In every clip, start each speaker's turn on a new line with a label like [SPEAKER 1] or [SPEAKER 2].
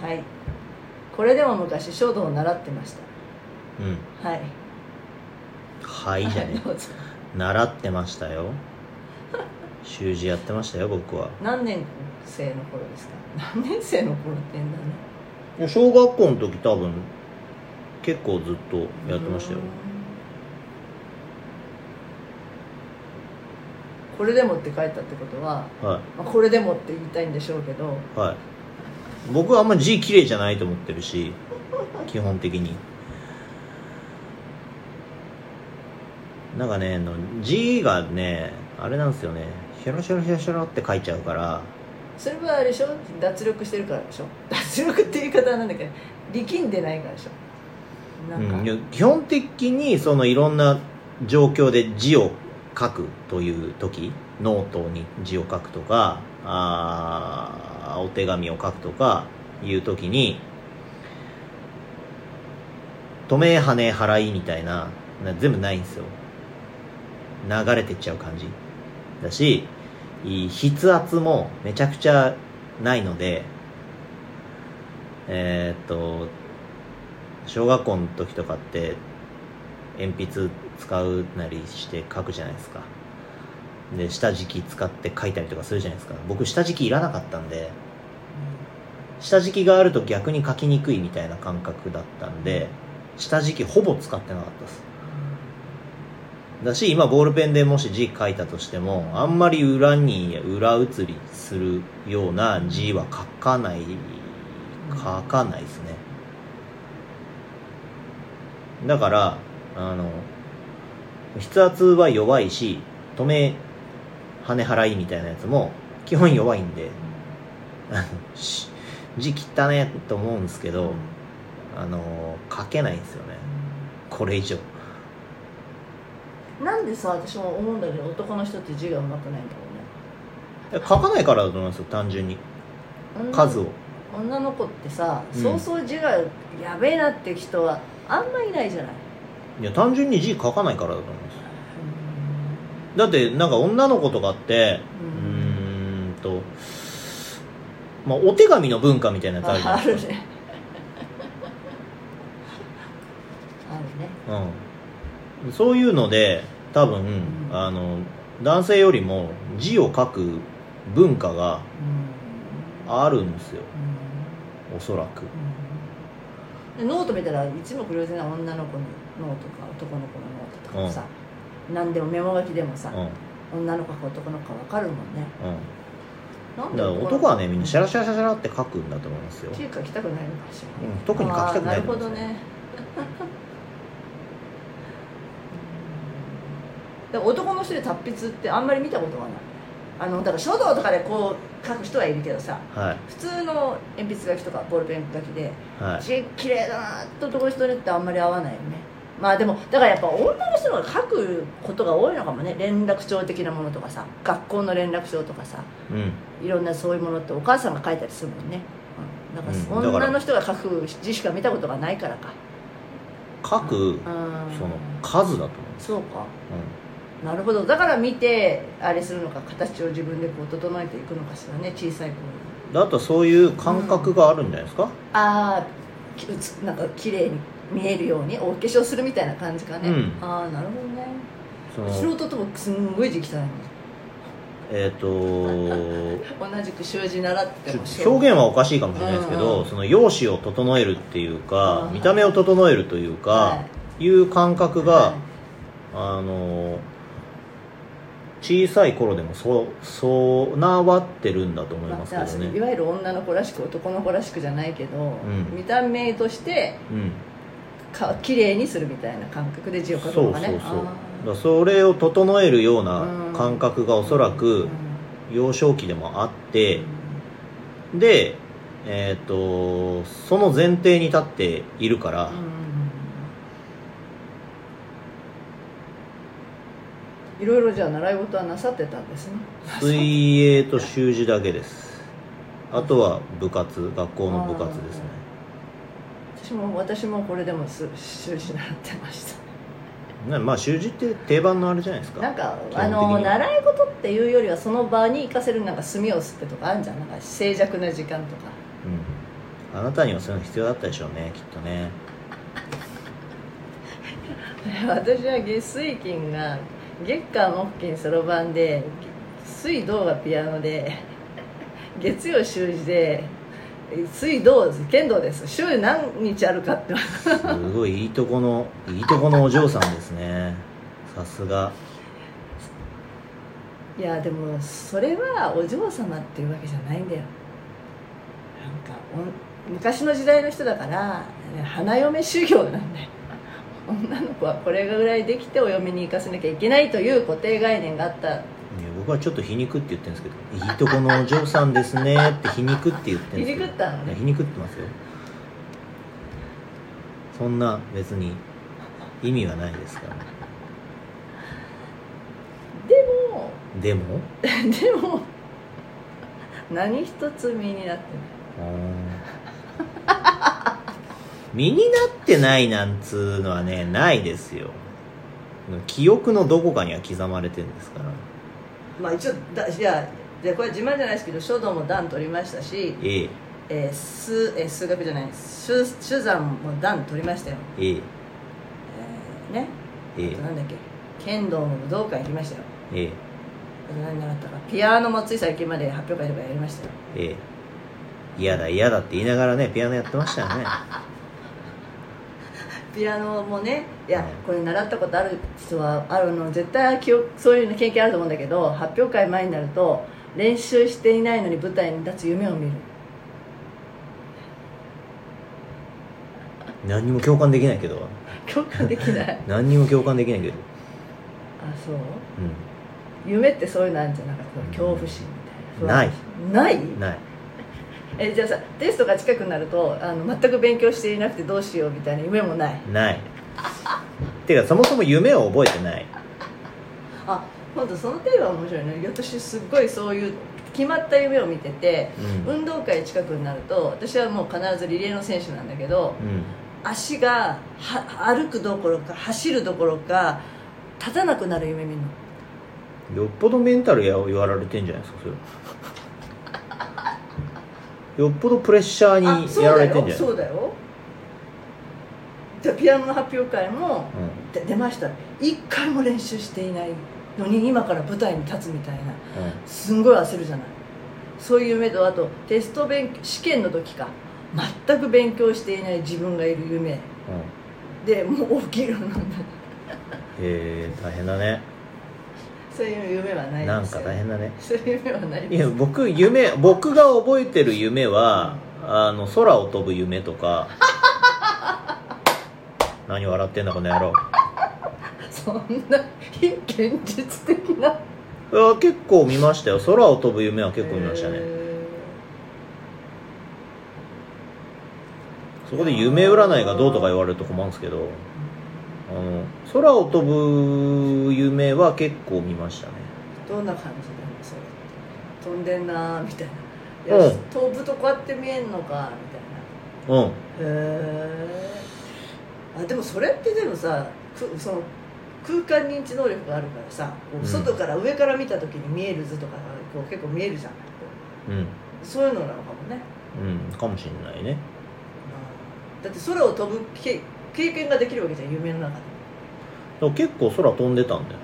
[SPEAKER 1] はいこれでも昔書道を習ってまし
[SPEAKER 2] うん
[SPEAKER 1] たはい
[SPEAKER 2] はいじゃね
[SPEAKER 1] どうぞ
[SPEAKER 2] 習ってましたよ習字やってましたよ僕は
[SPEAKER 1] 何年生の頃ですか何年生の頃ってんだね
[SPEAKER 2] いや小学校の時多分結構ずっとやってましたよ
[SPEAKER 1] これでもって書いたってことは、
[SPEAKER 2] は
[SPEAKER 1] まあこれでもって言いたいんでしょうけど
[SPEAKER 2] いはい僕はあんま字綺麗じゃないと思ってるし基本的になんかねあの字がねあれなんですよねひょろひょろひょろひょろって書いちゃうから
[SPEAKER 1] それはあれでしょ脱力してるからでしょ脱力っていう言い方はなんだっけ力んでないからでしょなんか、
[SPEAKER 2] うんいや、基本的にそのいろんな状況で字を書くという時ノートに字を書くとかあーお手紙を書くとかいう時に「止め跳ね払い」みたいなな全部ないんですよ流れてっちゃう感じだしい筆圧もめちゃくちゃないのでえーっと小学校の時とかって鉛筆使うなりして書くじゃないですかで下敷き使って書いたりとかするじゃないですか僕下敷きいらなかったんで下敷きがあると逆に書きにくいみたいな感覚だったんで下敷きほぼ使ってなかったですだし今ボールペンでもし字書いたとしてもあんまり裏に裏写りするような字は書かない書かないですねだからあの筆圧は弱いし止め跳ね払いみたいなやつも基本弱いんであのし字切ったねと思うんですけどあの書けないんですよねこれ以上
[SPEAKER 1] なんでさ私も思うんだけど男の人って字が上手くないんだろ
[SPEAKER 2] 書かないからだと思いますよ単純に
[SPEAKER 1] うね女
[SPEAKER 2] 数を
[SPEAKER 1] 女の子ってさ、
[SPEAKER 2] うん
[SPEAKER 1] そうそう字がやべえなって人はあんまいないじゃない、
[SPEAKER 2] いや単純に字書かないからだと思いますだってなんか女の子とかって
[SPEAKER 1] う
[SPEAKER 2] うー
[SPEAKER 1] ん
[SPEAKER 2] んとまあお手紙の文化みたいなやつあるじゃ
[SPEAKER 1] あ
[SPEAKER 2] な
[SPEAKER 1] あ
[SPEAKER 2] いで
[SPEAKER 1] る
[SPEAKER 2] すか
[SPEAKER 1] ねあるね
[SPEAKER 2] うん、そういうので多分、
[SPEAKER 1] うん
[SPEAKER 2] あの男性よりも字を書く文化が
[SPEAKER 1] うん
[SPEAKER 2] あるんですよ
[SPEAKER 1] うん
[SPEAKER 2] おそらく
[SPEAKER 1] でノート見たら一目瞭然な女の子のノートか男の子のノートとかもさ、何でもメモ書きでもさ
[SPEAKER 2] う、んうん
[SPEAKER 1] 女の子か男の子か分かるもんねなん
[SPEAKER 2] だから男はねみんなシャラシャラシャラシャラって書くんだと思いますよ、
[SPEAKER 1] っていうか来たくないのかもしれ
[SPEAKER 2] う
[SPEAKER 1] ない、
[SPEAKER 2] ん特に書きたくない
[SPEAKER 1] あーなるほど ねで男の人で達筆ってあんまり見たことがないあのだから書道とかでこう書く人はいるけどさ
[SPEAKER 2] は
[SPEAKER 1] 普通の鉛筆書きとかボールペン書きで
[SPEAKER 2] いはい
[SPEAKER 1] 字綺麗だなと男の人にってあんまり合わないよねまあでもだからやっぱ女の人の方が書くことが多いのかもね連絡帳的なものとかさ学校の連絡帳とかさ
[SPEAKER 2] うん
[SPEAKER 1] いろんなそういうものってお母さんが書いたりするもんね、うん、だから
[SPEAKER 2] うんだから
[SPEAKER 1] 女の人が書く字しか見たことがないからか
[SPEAKER 2] 書く
[SPEAKER 1] うん
[SPEAKER 2] その数だと思うんです、
[SPEAKER 1] そうかなるほどだから見てあれするのか形を自分でこう整えていくのかしらね小さい頃に
[SPEAKER 2] うん、だとそういう感覚があるんじゃないですか、
[SPEAKER 1] ああきうつなんか綺麗に見えるようにお化粧するみたいな感じかね、
[SPEAKER 2] うん
[SPEAKER 1] ああなるほどね
[SPEAKER 2] そ
[SPEAKER 1] ち
[SPEAKER 2] う
[SPEAKER 1] の
[SPEAKER 2] の
[SPEAKER 1] 弟もすんごい字汚いの
[SPEAKER 2] え っ、と
[SPEAKER 1] 同じく習字習ってても
[SPEAKER 2] ちょ表現はおかしいかもしれないですけ
[SPEAKER 1] うん
[SPEAKER 2] ど、
[SPEAKER 1] うん
[SPEAKER 2] その容姿を整えるっていうか、
[SPEAKER 1] うん
[SPEAKER 2] 見た目を整えるというか、、
[SPEAKER 1] はい
[SPEAKER 2] う感覚が、
[SPEAKER 1] はい
[SPEAKER 2] あの小さい頃でもそう備わってるんだと思いますけど
[SPEAKER 1] まあい
[SPEAKER 2] ね、
[SPEAKER 1] わゆる女の子らしく男の子らしくじゃないけど、
[SPEAKER 2] ん
[SPEAKER 1] 見た目として
[SPEAKER 2] うん、
[SPEAKER 1] か綺麗にするみたいな感覚で字を書く
[SPEAKER 2] そ
[SPEAKER 1] の
[SPEAKER 2] う
[SPEAKER 1] が
[SPEAKER 2] そう
[SPEAKER 1] ね
[SPEAKER 2] そうだ
[SPEAKER 1] あ
[SPEAKER 2] からそれを整えるよう
[SPEAKER 1] うん
[SPEAKER 2] な感覚がおそら
[SPEAKER 1] ー
[SPEAKER 2] く幼少期でもあってでえっ、とその前提に立っているから、
[SPEAKER 1] うんうんいろいろじゃあ習い事はなさってたんですね
[SPEAKER 2] 水泳と習字だけですあとは部活学校の部活ですね
[SPEAKER 1] 私も私もこれでもす習字習ってまし
[SPEAKER 2] ねまあ習字って定番のあれじゃないです
[SPEAKER 1] た
[SPEAKER 2] か
[SPEAKER 1] なんか
[SPEAKER 2] 基本的に
[SPEAKER 1] あの習い事っていうよりはその場に行かせるなんか墨を吸ってとかあるじゃんなんか静寂な時間とか
[SPEAKER 2] うんあなたにはそういうの必要だったでしょうねきっとね
[SPEAKER 1] 私は月水金が月火木金そろばんで水道がピアノで月曜習字で水道剣道です週何日あるかって
[SPEAKER 2] すごいいいとこの いいとこのお嬢さんですねさすが
[SPEAKER 1] いやでもそれはお嬢様っていうわけじゃないんだよなんかおん昔の時代の人だから花嫁修行なんだよ女の子はこれぐらいできてお嫁に行かせなきゃいけないという固定概念があった
[SPEAKER 2] いや僕はちょっと皮肉って言ってるんですけど「いいとこのお嬢さんですね」って皮肉って言ってるんです
[SPEAKER 1] 皮肉
[SPEAKER 2] けど
[SPEAKER 1] ったのね
[SPEAKER 2] いや皮肉ってますよそんな別に意味はないですから
[SPEAKER 1] でも
[SPEAKER 2] でも
[SPEAKER 1] でも何一つ身になって
[SPEAKER 2] あー身になってないなんつうのはねないですよ記憶のどこかには刻まれてるんですから
[SPEAKER 1] ないまあ一応だいやでこれ自慢じゃないですけど書道も段取りましたし、
[SPEAKER 2] ええ
[SPEAKER 1] えー数えー数学じゃない数珠算も段取りましたよ、
[SPEAKER 2] ええ
[SPEAKER 1] えーね
[SPEAKER 2] え
[SPEAKER 1] あとなんだっけ剣道も武道館行きましたよ
[SPEAKER 2] えええ
[SPEAKER 1] あと何なかったかピアノもつい最近まで発表会とかやりましたよ
[SPEAKER 2] ええ嫌だ嫌だって言いながらねピアノやってましたよね
[SPEAKER 1] ピアノもねいや
[SPEAKER 2] はい
[SPEAKER 1] これ習ったことある人はあるの絶対記憶そういうの経験あると思うんだけど発表会前になると練習していないのに舞台に立つ夢を見る
[SPEAKER 2] 何にも共感できないけど
[SPEAKER 1] 共感できない
[SPEAKER 2] 何にも共感できないけど
[SPEAKER 1] あそう
[SPEAKER 2] う
[SPEAKER 1] 夢ってそういうのあるんじゃなかった恐怖心みたいな
[SPEAKER 2] ない
[SPEAKER 1] 不安ない
[SPEAKER 2] んない
[SPEAKER 1] えじゃあさテストが近くなるとあの全く勉強していなくてどうしようみたいな夢もない
[SPEAKER 2] ないてかそもそも夢を覚えてない
[SPEAKER 1] あ本当そのテーマ面白いね私すっごいそういう決まった夢を見てて
[SPEAKER 2] うんうん
[SPEAKER 1] 運動会近くになると私はもう必ずリレーの選手なんだけど足がは歩くどころか走るどころか立たなくなる夢見るの
[SPEAKER 2] よっぽどメンタルややられてんじゃないですか それよっぽどプレッシャ
[SPEAKER 1] あ
[SPEAKER 2] ー
[SPEAKER 1] そ
[SPEAKER 2] に
[SPEAKER 1] う
[SPEAKER 2] やら
[SPEAKER 1] だ
[SPEAKER 2] れてん
[SPEAKER 1] よ
[SPEAKER 2] じゃない
[SPEAKER 1] そうだよじゃあピアノの発表会もで出ました一回も練習していないのに今から舞台に立つみたいな
[SPEAKER 2] うんうん
[SPEAKER 1] すんごい焦るじゃないそういう夢とあとテスト勉試験の時か全く勉強していない自分がいる夢
[SPEAKER 2] うん
[SPEAKER 1] でもう起きるの
[SPEAKER 2] へえ大変だね
[SPEAKER 1] そういう夢はないですよ
[SPEAKER 2] なんか大変だね
[SPEAKER 1] そういう夢はない
[SPEAKER 2] い
[SPEAKER 1] です
[SPEAKER 2] や僕夢僕が覚えてる夢はあの空を飛ぶ夢 とか何笑ってんだこの野郎
[SPEAKER 1] そんな非現実的ない
[SPEAKER 2] や結構見ましたよ空を飛ぶ夢は結構見ましたね、
[SPEAKER 1] へ
[SPEAKER 2] そこで夢占いがどうとか言われると困るんですけどあの空を飛ぶ夢は結構見ましたね
[SPEAKER 1] ーどんな感じなのそれ飛んでんなーみたいな
[SPEAKER 2] う
[SPEAKER 1] い
[SPEAKER 2] ん
[SPEAKER 1] や飛ぶとこうやって見えんのかみたいな
[SPEAKER 2] うん
[SPEAKER 1] へえでもそれってでもさくその空間認知能力があるからさこう
[SPEAKER 2] うん
[SPEAKER 1] 外から上から見た時に見える図とかがこう結構見えるじゃんこう
[SPEAKER 2] うん
[SPEAKER 1] そういうのなのかもね
[SPEAKER 2] うんかもしんないね
[SPEAKER 1] だって空を飛ぶけ経験ができるわけじゃん夢の中で
[SPEAKER 2] でも結構空飛んでたんだよ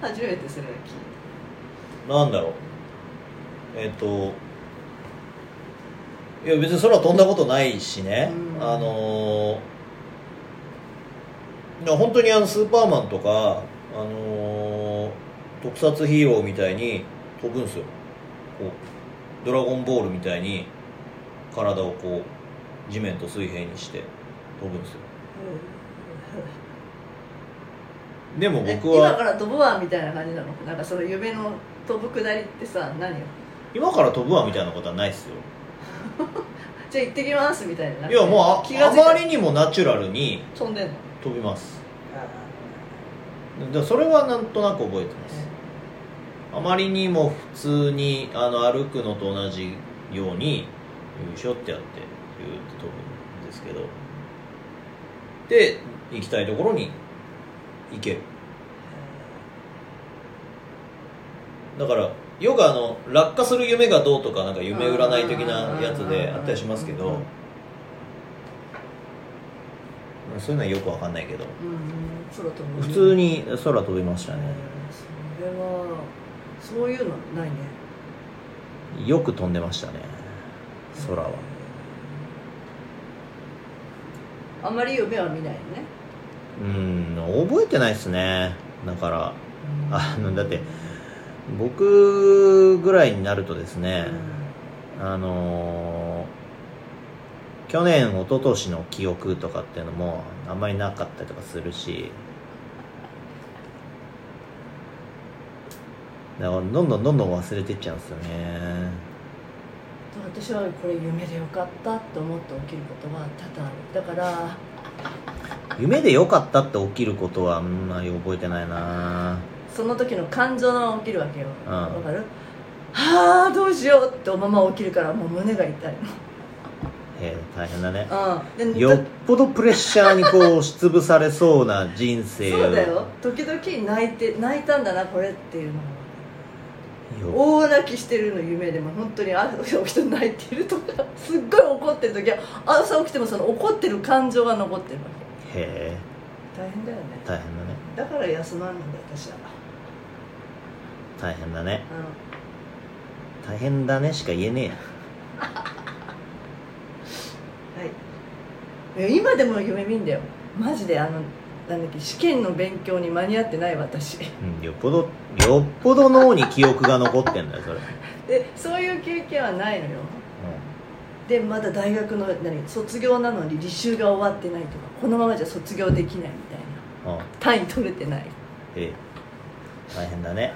[SPEAKER 1] 初めてそれを聞い
[SPEAKER 2] なんだろうえっ、といや別に空飛んだことないしね、
[SPEAKER 1] うん
[SPEAKER 2] あのーいや本当にあのスーパーマンとか、あのー特撮ヒーローみたいに飛ぶんですよこうドラゴンボールみたいに体をこう地面と水平にして飛ぶんですよでも
[SPEAKER 1] たえ
[SPEAKER 2] 僕
[SPEAKER 1] 今か
[SPEAKER 2] は
[SPEAKER 1] ら飛ぶわみたいな感じなのなんかその夢の飛ぶくだりってさ何よ
[SPEAKER 2] 今から飛ぶわみたいなことはないですよ
[SPEAKER 1] じゃあ行ってきますみたいない
[SPEAKER 2] いやもう
[SPEAKER 1] 気
[SPEAKER 2] あ
[SPEAKER 1] が
[SPEAKER 2] あ
[SPEAKER 1] 付いた
[SPEAKER 2] まりにもナチュラルに
[SPEAKER 1] 飛んでんの
[SPEAKER 2] 飛びますでそれはなんとなく覚えてますあまりにも普通にあの歩くのと同じようによいしょってやってピューって飛ぶんですけどで行きたいところに行けるだからよくあの落下する夢がどうとかなんか夢占い的なやつであったりしますけ
[SPEAKER 1] うんうん
[SPEAKER 2] どそういうのはよくわかんないけど
[SPEAKER 1] うんうん空飛ぶね
[SPEAKER 2] 普通に空飛びました
[SPEAKER 1] えー
[SPEAKER 2] ね
[SPEAKER 1] それはそういうのないね
[SPEAKER 2] よく飛んでましたね空は
[SPEAKER 1] あんまり夢は見ないね
[SPEAKER 2] うん覚えてないですねだからあのだって僕ぐらいになるとです
[SPEAKER 1] う
[SPEAKER 2] ね、
[SPEAKER 1] ん
[SPEAKER 2] あのー去年一昨年の記憶とかっていうのもあんまりなかったりとかするしだからどんどんどんどん忘れてっちゃうんですよね
[SPEAKER 1] 私はこれ夢でよかったと思って起きることは多々あるだから
[SPEAKER 2] 夢で良かったって起きることはあんまり覚えてないな
[SPEAKER 1] その時の感情が起きるわけよ
[SPEAKER 2] うん
[SPEAKER 1] わかるはあどうしようっておまま起きるからもう胸が痛い
[SPEAKER 2] えー大変だね
[SPEAKER 1] うんで
[SPEAKER 2] よっぽどプレッシャーにこう押しつぶされそうな人生を
[SPEAKER 1] そうだよ時々泣いて泣いたんだなこれっていうのが
[SPEAKER 2] よ
[SPEAKER 1] 大泣きしてるの夢でも本当に朝 起きて泣いてるとかすっごい怒ってる時は朝起きてもその怒ってる感情が残ってるわけ
[SPEAKER 2] へえ
[SPEAKER 1] 大変だよね
[SPEAKER 2] 大変だね
[SPEAKER 1] だから休まんなんだよ私は
[SPEAKER 2] 大変だね
[SPEAKER 1] うん
[SPEAKER 2] 大変だねしか言えねえや
[SPEAKER 1] はい、今でも夢見んだよマジであのなんだっけ試験の勉強に間に合ってない私
[SPEAKER 2] うんよっぽどよっぽど脳に記憶が残ってんだよそれ、
[SPEAKER 1] でそういう経験はないのよ
[SPEAKER 2] う
[SPEAKER 1] でまだ大学の何卒業なのに履修が終わってないとかこのままじゃ卒業できないみたいなん
[SPEAKER 2] うん
[SPEAKER 1] 単位取れてない
[SPEAKER 2] ええ大変だね